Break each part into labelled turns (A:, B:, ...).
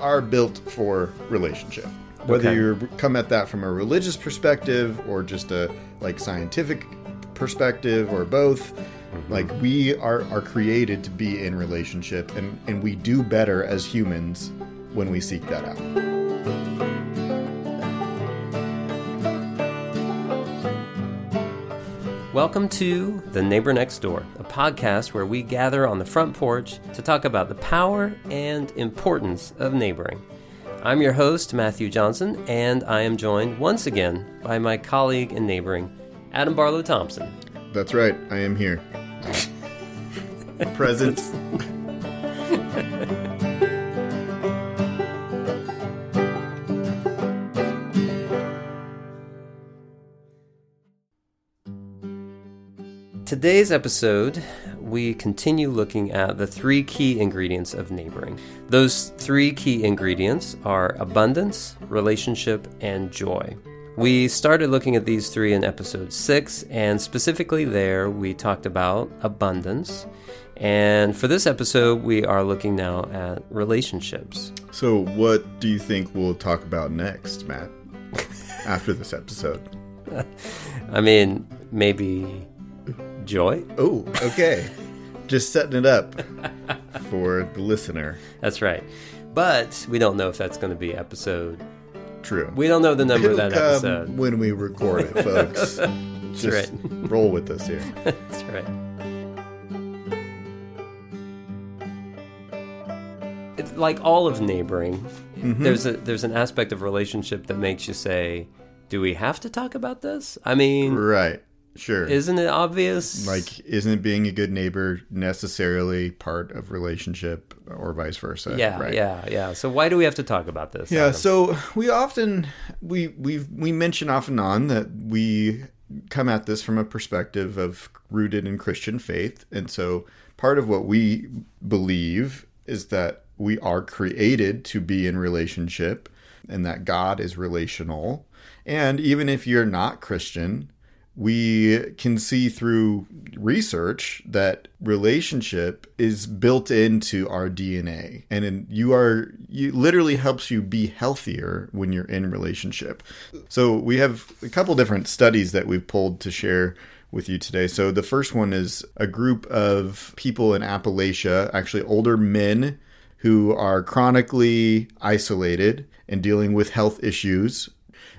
A: are built for relationship. Whether
B: Okay.
A: you come at that from a religious perspective or just a like scientific perspective or both, like we are are created to be in relationship and and we do better as humans when we seek that out.
B: Welcome to The Neighbor Next Door, a podcast where we gather on the front porch to talk about the power and importance of neighboring. I'm your host, Matthew Johnson, and I am joined once again by my colleague in neighboring, Adam Barlow Thompson.
A: That's right. I am here. Presence.
B: Today's episode, we continue looking at the three key ingredients of neighboring. Those three key ingredients are abundance, relationship, and joy. We started looking at these three in episode six, and specifically there, we talked about abundance. And for this episode, we are looking now at relationships.
A: So, what do you think we'll talk about next, Matt? After this episode.
B: I mean, maybe joy?
A: Oh, okay. Just setting it up for the listener.
B: That's right. But we don't know if that's going to be episode.
A: True.
B: We don't know the number of that
A: It'll come
B: episode.
A: when we record it, folks. Just
B: right.
A: roll with us here.
B: That's right. It's like all of neighboring,
A: Mm-hmm.
B: there's a there's an aspect of relationship that makes you say, "Do we have to talk about this?" I mean,
A: Right. Sure.
B: isn't it obvious?
A: like, isn't being a good neighbor necessarily part of relationship or vice versa?
B: yeah,
A: right.
B: yeah, yeah. So why do we have to talk about this?
A: Yeah,
B: Adam?
A: so we often we we we mention off and on that we come at this from a perspective of rooted in Christian faith, and so part of what we believe is that we are created to be in relationship, and that God is relational, and even if you're not Christian, we can see through research that relationship is built into our DNA and in, you are you literally helps you be healthier when you're in relationship. So we have a couple different studies that we've pulled to share with you today. So the first one is a group of people in Appalachia, actually older men who are chronically isolated and dealing with health issues.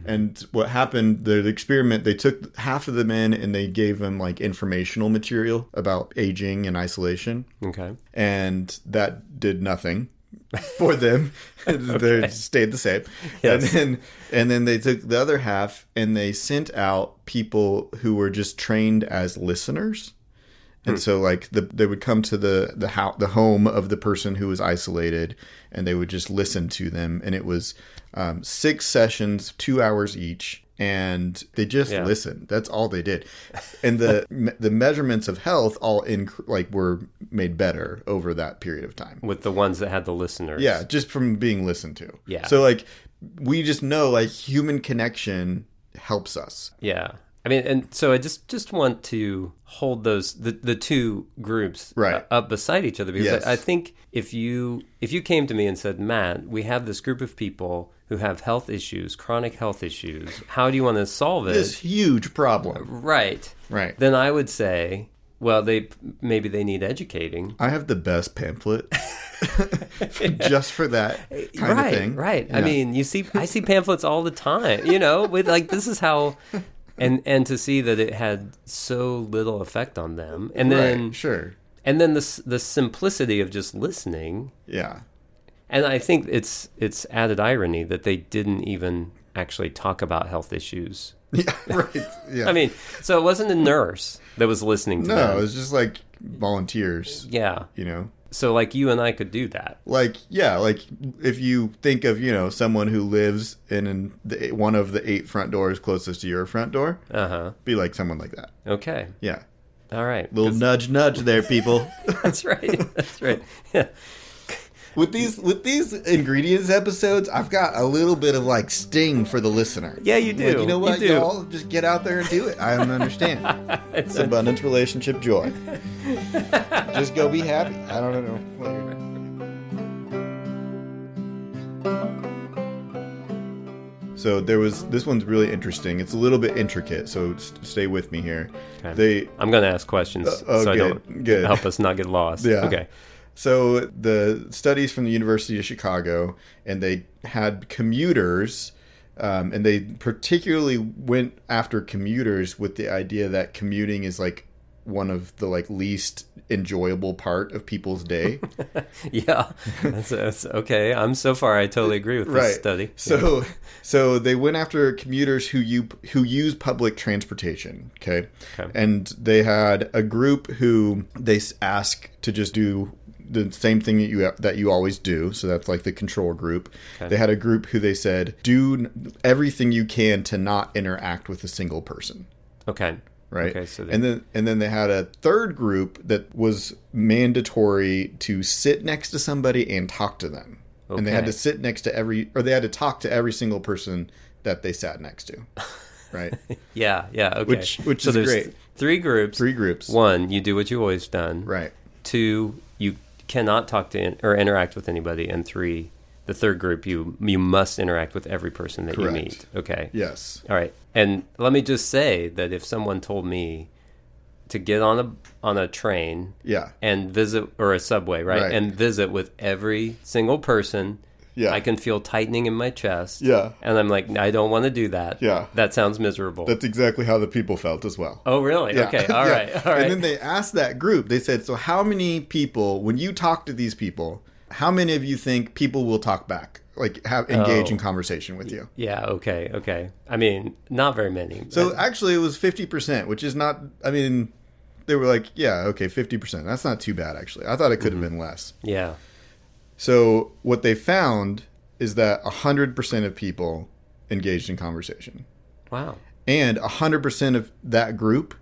A: And what happened, the experiment, they took half of the men and they gave them like informational material about aging and isolation.
B: okay,
A: And that did nothing for them. They stayed the same.
B: Yes.
A: And then and then they took the other half and they sent out people who were just trained as listeners.
B: Hmm.
A: And so like the, they would come to the the how, the home of the person who was isolated and they would just listen to them and it was um, six sessions 2 hours each and they just
B: Yeah.
A: listened that's all they did and the me- the measurements of health all in like were made better over that period of time
B: with the ones that had the listeners.
A: yeah, just from being listened to.
B: Yeah.
A: So like we just know like human connection helps us.
B: Yeah. I mean, and so I just just want to hold those the, the two groups
A: Right.
B: uh, up beside each other because
A: Yes.
B: I, I think if you if you came to me and said, Matt, we have this group of people who have health issues, chronic health issues. How do you want to solve it?
A: This huge problem.
B: right.
A: Right.
B: Then I would say, well, they maybe they need educating.
A: I have the best pamphlet just for that kind
B: right,
A: of thing.
B: Right. I
A: Yeah.
B: mean, you see, I see pamphlets all the time. You know, with like this is how, and and to see that it had so little effect on them, and then
A: right. sure.
B: and then the s- the simplicity of just listening.
A: Yeah.
B: And I think it's it's added irony that they didn't even actually talk about health issues.
A: Yeah, right. Yeah.
B: I mean, so it wasn't a nurse that was listening to
A: no,
B: them.
A: it's just like volunteers,
B: Yeah.
A: you know.
B: So like you and I could do that.
A: like yeah like if you think of you know someone who lives in an, the, one of the eight front doors closest to your front door
B: Uh-huh.
A: be like someone like that
B: Okay.
A: yeah
B: All right.
A: little nudge nudge there people
B: That's right. That's right. Yeah.
A: with these with these ingredients episodes i've got a little bit of like sting for the listener
B: Yeah, you
A: Like,
B: do.
A: you know what
B: You do.
A: all just get out there and do it i don't understand it's abundance relationship joy just go be happy i don't know So there was this one's really interesting. It's a little bit intricate, so st- stay with me here.
B: Okay.
A: They
B: I'm going to ask questions
A: Uh, oh,
B: so I
A: good,
B: don't
A: good.
B: help us not get lost.
A: Yeah.
B: Okay.
A: So the studies from the University of Chicago, and they had commuters, um, and they particularly went after commuters with the idea that commuting is like one of the like least enjoyable part of people's day.
B: Yeah. That's, that's- okay. I'm so far. I totally agree with this
A: right.
B: study.
A: So so they went after commuters who you who use public transportation. Okay?
B: Okay.
A: and they had a group who they s- ask to just do the same thing that you that you always do. So that's like the control group.
B: Okay.
A: They had a group who they said do n- everything you can to not interact with a single person
B: okay.
A: right?
B: Okay, so they-
A: and then and then they had a third group that was mandatory to sit next to somebody and talk to them, and they had
B: Okay.
A: to sit next to every or they had to talk to every single person that they sat next to, right?
B: Yeah. Yeah. Okay.
A: Which- which
B: so
A: is
B: there's
A: great.
B: th- three groups.
A: Three groups,
B: One, you do what you always done.
A: right?
B: Two, you cannot talk to in, or interact with anybody. And three, the third group, you you must interact with every person that
A: Correct.
B: you meet. Okay.
A: Yes,
B: All right. And let me just say that if someone told me to get on a on a train
A: yeah,
B: and visit or a subway, right?
A: Right.
B: And visit with every single person,
A: yeah.
B: I can feel tightening in my chest.
A: Yeah.
B: And I'm like, I don't want to do that.
A: Yeah.
B: That sounds miserable.
A: That's exactly how the people felt as well.
B: oh, really?
A: Yeah.
B: Okay. All
A: Yeah.
B: right. All right.
A: And then they asked that group, they said, So, how many people, when you talk to these people, how many of you think people will talk back, like have, engage
B: Oh.
A: in conversation with you?
B: yeah. Okay. Okay. I mean, not very many.
A: So actually, it was fifty percent, which is not. I mean, they were like, yeah, okay, fifty percent. That's not too bad actually. I thought it could have been less.
B: yeah.
A: So what they found is that hundred percent of people engaged in conversation,
B: Wow.
A: and hundred percent of that group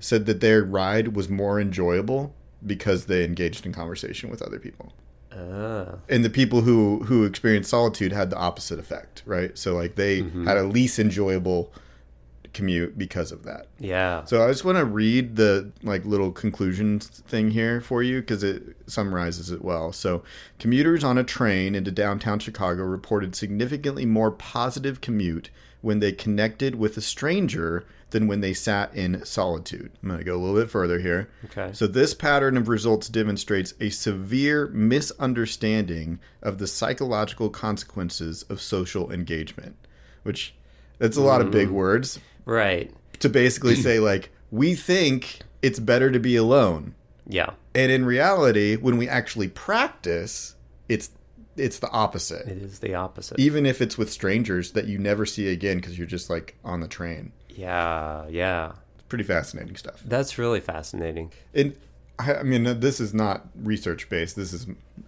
A: said that their ride was more enjoyable because they engaged in conversation with other people.
B: Ah.
A: And the people who who experienced solitude had the opposite effect, right? So like they had a least enjoyable commute because of that.
B: yeah.
A: So I just want to read the like little conclusions thing here for you because it summarizes it well. So commuters on a train into downtown Chicago reported significantly more positive commute when they connected with a stranger than when they sat in solitude. I'm going to go a little bit further here.
B: okay.
A: So, this pattern of results demonstrates a severe misunderstanding of the psychological consequences of social engagement, which that's a lot of big words,
B: right.
A: to basically say like we think it's better to be alone
B: Yeah.
A: and in reality when we actually practice it's it's the opposite
B: It is the opposite.
A: even if it's with strangers that you never see again because you're just like on the train
B: yeah. Yeah.
A: it's pretty fascinating stuff
B: That's really fascinating.
A: and I I mean, this is not research based. This is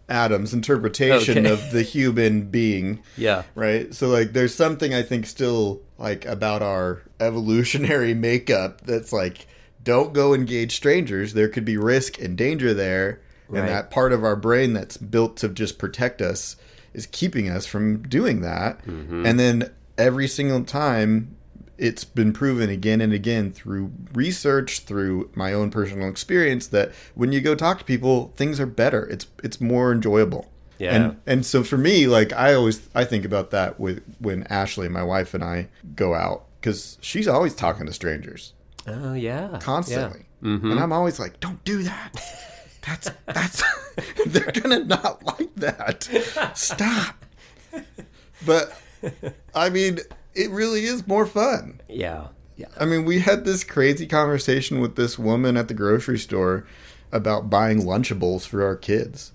A: Adam's interpretation
B: Okay.
A: of the human being,
B: Yeah.
A: right? So, like, there's something I think still like about our evolutionary makeup that's like, don't go engage strangers. There could be risk and danger there,
B: Right.
A: and that part of our brain that's built to just protect us is keeping us from doing that. And then every single time it's been proven again and again through research, through my own personal experience that when you go talk to people, things are better. It's it's more enjoyable.
B: Yeah.
A: And and so for me, like I always I think about that with when Ashley, my wife and I go out cuz she's always talking to strangers
B: Oh, yeah. Mm-hmm.
A: constantly. And I'm always like, "Don't do that." That's that's they're going to not like that. Stop. But I mean, it really is more fun.
B: Yeah. Yeah.
A: I mean, we had this crazy conversation with this woman at the grocery store about buying Lunchables for our kids,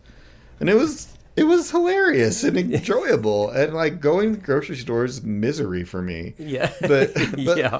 A: and it was it was hilarious and enjoyable. and like going to the grocery store is misery for me.
B: Yeah.
A: But- but-
B: yeah.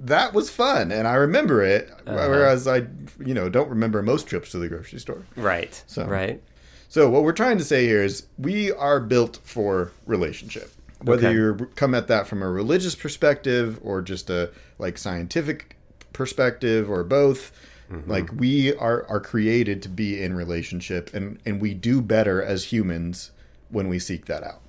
A: That was fun, and I remember it. Whereas I, you know, don't remember most trips to the grocery store.
B: Right.
A: So-
B: Right.
A: So what we're trying to say here is we are built for relationship. Whether
B: Okay.
A: you come at that from a religious perspective or just a like scientific perspective or both,
B: Mm-hmm.
A: like we are are created to be in relationship and and we do better as humans when we seek that out.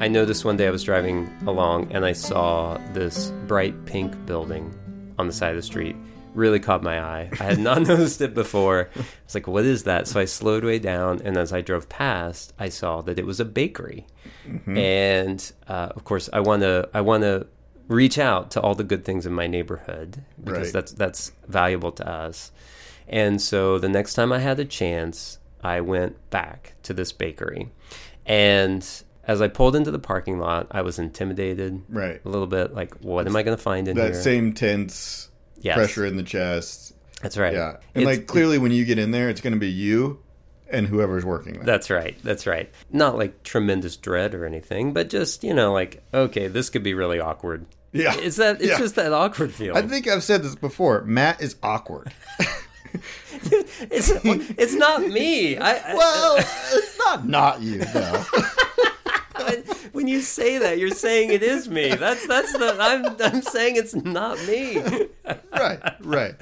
B: I noticed one day I was driving along and I saw this bright pink building on the side of the street really caught my eye. I had not noticed it before. I was like, what is that? So I slowed way down. And as I drove past, I saw that it was a bakery. And uh, of course, I want to, I want to reach out to all the good things in my neighborhood because
A: Right.
B: that's, that's valuable to us. And so the next time I had a chance, I went back to this bakery. And as I pulled into the parking lot, I was intimidated
A: Right.
B: a little bit like, what am I going to find in
A: That
B: here?
A: same tense
B: Yes.
A: pressure in the chest.
B: That's right.
A: Yeah. And
B: It's-
A: like clearly when you get in there, it's going to be you and whoever's working there.
B: That's right. That's right. Not like tremendous dread or anything, but just, you know, like, okay, this could be really awkward.
A: yeah.
B: It's that it's
A: Yeah.
B: just that awkward feeling.
A: I think I've said this before. Matt is awkward.
B: it's, it's not me. I, I-
A: well, it's not not you though.
B: I- when you say that, you're saying it is me. That's that's the I'm I'm saying it's not me.
A: right. Right.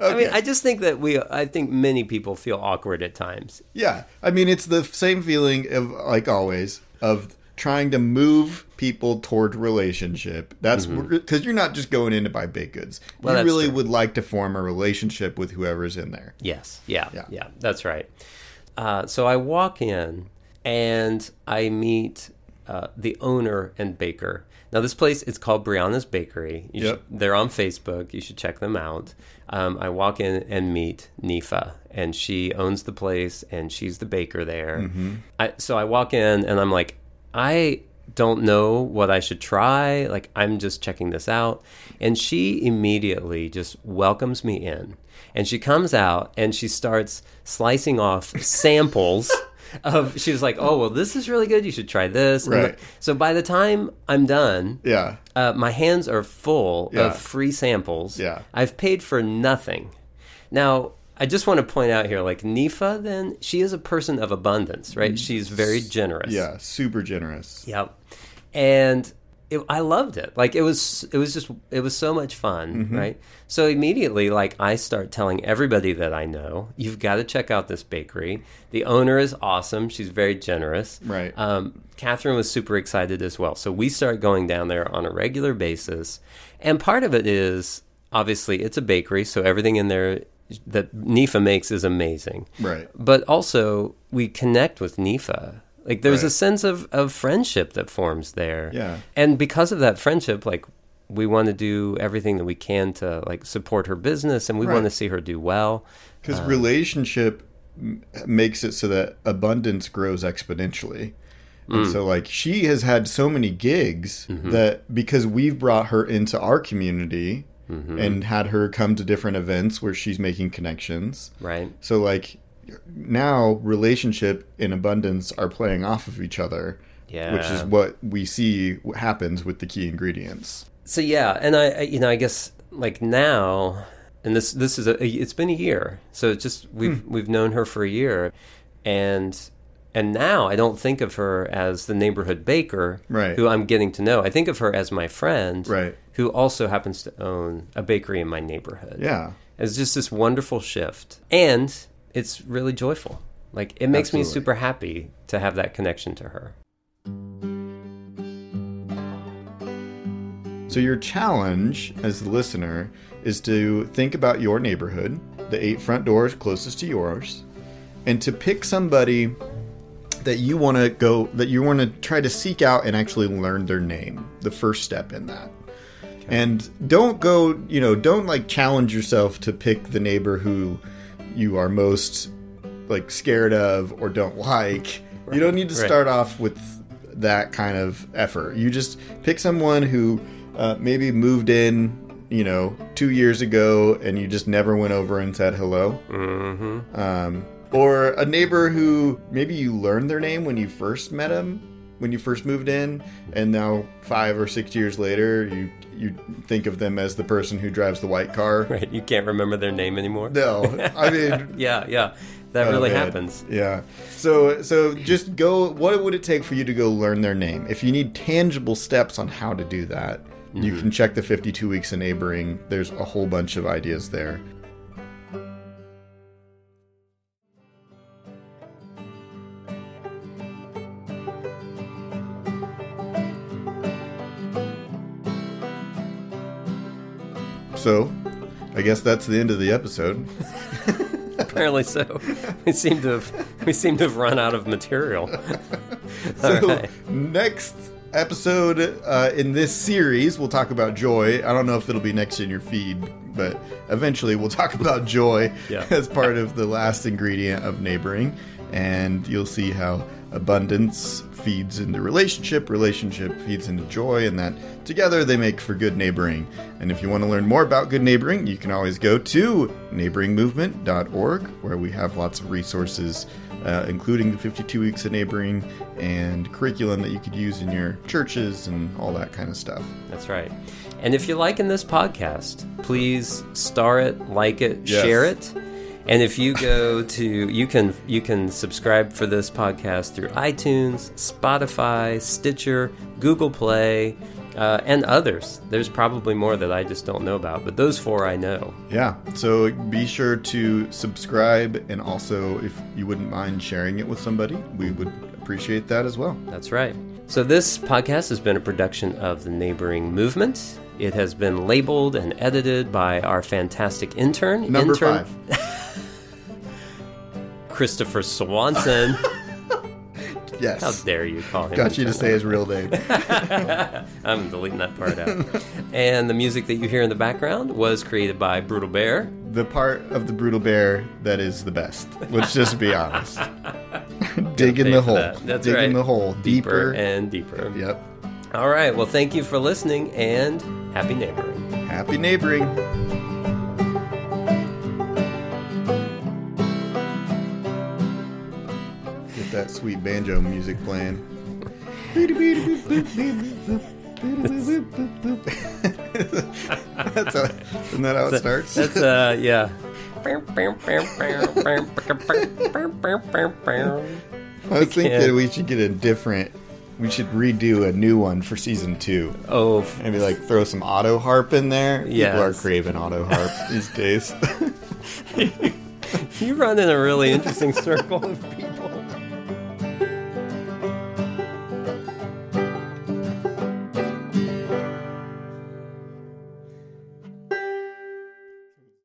B: I mean, I just think that we I think many people feel awkward at times.
A: Yeah. I mean, it's the same feeling of, like always, of trying to move people toward relationship. That's because you're not just going in to buy baked goods.
B: Mm-hmm. Well,
A: you
B: that's
A: really
B: true.
A: would like to form a relationship with whoever's in there.
B: Yes. Yeah.
A: Yeah.
B: Yeah. that's right. Uh, so I walk in and I meet uh, the owner and baker. Now this place it's called Brianna's Bakery. You
A: Yep.
B: should- they're on Facebook. You should check them out. Um, I walk in and meet Nifa, and she owns the place, and she's the baker there. I, so I walk in and I'm like, I don't know what I should try. Like, I'm just checking this out. And she immediately just welcomes me in. And she comes out and she starts slicing off samples of, she was like, oh, well, this is really good. You should try this. And
A: Right.
B: the- so by the time I'm done,
A: Yeah.
B: uh, my hands are full
A: Yeah.
B: of free samples.
A: Yeah.
B: I've paid for nothing. Now, I just want to point out here, like Nifa, then she is a person of abundance, right? She's very generous.
A: Mm-hmm. Yeah. Super generous.
B: Yep. And it, I loved it. Like it was, it was just, it was so much fun,
A: Mm-hmm.
B: right? So immediately, like I start telling everybody that I know, you've got to check out this bakery. The owner is awesome. She's very generous.
A: Right.
B: Um, Catherine was super excited as well. So we start going down there on a regular basis, and part of it is obviously it's a bakery, so everything in there that Nifa makes is amazing
A: Right.
B: but also we connect with Nifa. Like there's a
A: Right.
B: sense of, of friendship that forms there.
A: Yeah.
B: And because of that friendship, like we want to do everything that we can to like support her business and we want to
A: Right.
B: see her do well.
A: Because relationship m- makes it so that abundance grows exponentially. And so, like, she has had so many gigs that because we've brought her into our community and had her come to different events where she's making connections.
B: Right.
A: So, like, now relationship and abundance are playing off of each other, which is
B: Yeah.
A: what we see happens with the key ingredients.
B: So yeah, and I, I you know, I guess like now and this this is a it's been a year. So it's just we've
A: Hmm.
B: we've known her for a year and and now I don't think of her as the neighborhood baker
A: Right.
B: who I'm getting to know. I think of her as my friend
A: Right.
B: who also happens to own a bakery in my neighborhood.
A: Yeah.
B: It's just this wonderful shift. And it's really joyful. Like it makes me
A: Absolutely.
B: super happy to have that connection to her.
A: So, your challenge as the listener is to think about your neighborhood, the eight front doors closest to yours, and to pick somebody that you want to go, that you want to try to seek out and actually learn their name, the first step in that. And don't go, you know, don't like challenge yourself to pick the neighbor who you are most like scared of or don't like. You don't need to
B: Right.
A: start off with that kind of effort. You just pick someone who uh, maybe moved in, you know, two years ago, and you just never went over and said hello. Mm-hmm. Um, or a neighbor who maybe you learned their name when you first met them, when you first moved in, and now five or six years later, you you think of them as the person who drives the white car.
B: Right? You can't remember their name anymore.
A: No, I mean
B: Yeah, yeah. That
A: Oh,
B: really
A: man.
B: happens.
A: Yeah. So so just go what would it take for you to go learn their name? If you need tangible steps on how to do that, you
B: Mm-hmm.
A: can check the 52 weeks in neighboring. There's a whole bunch of ideas there. So, I I guess that's the end of the episode.
B: Apparently so. We seem to have we seem to have run out of material.
A: So
B: All right.
A: next episode uh, in this series, we'll talk about joy. I don't know if it'll be next in your feed, but eventually we'll talk about joy
B: Yeah.
A: as part of the last ingredient of neighboring, and you'll see how abundance feeds into relationship, relationship feeds into joy, and that together they make for good neighboring. And if you want to learn more about good neighboring, you can always go to neighboringmovement.org, where we have lots of resources, uh, including the 52 weeks of neighboring and curriculum that you could use in your churches and all that kind of stuff.
B: That's right. And if you're liking this podcast, please star it, like it,
A: Yes.
B: share it. And if you go to you can you can subscribe for this podcast through iTunes, Spotify, Stitcher, Google Play, uh, and others. There's probably more that I just don't know about, but those four I know.
A: Yeah, so be sure to subscribe and also, if you wouldn't mind sharing it with somebody, we would appreciate that as well.
B: That's right. So, this podcast has been a production of the Neighboring Movement. It has been labeled and edited by our fantastic intern,
A: Number
B: intern
A: five.
B: Christopher Swanson.
A: Yes.
B: How dare you call him?
A: Got you to
B: intern?
A: say his real name.
B: I'm deleting that part out. and the music that you hear in the background was created by Brutal Bear.
A: the part of the brutal bear that is the best. Let's just be honest. Dig in
B: Pay
A: the
B: for
A: hole.
B: that. That's
A: Dig in
B: right.
A: the hole. Deeper.
B: and deeper.
A: yep.
B: All right. Well, thank you for listening and happy neighboring.
A: Happy neighboring. Get that sweet banjo music playing. That's how, isn't that how it starts?
B: That's uh yeah.
A: I was thinking
B: can't.
A: we should get a different. We should redo a new one for season two.
B: oh, f-
A: Maybe like throw some auto harp in there. People are
B: Yes.
A: craving auto harp these days.
B: you run in a really interesting circle of people.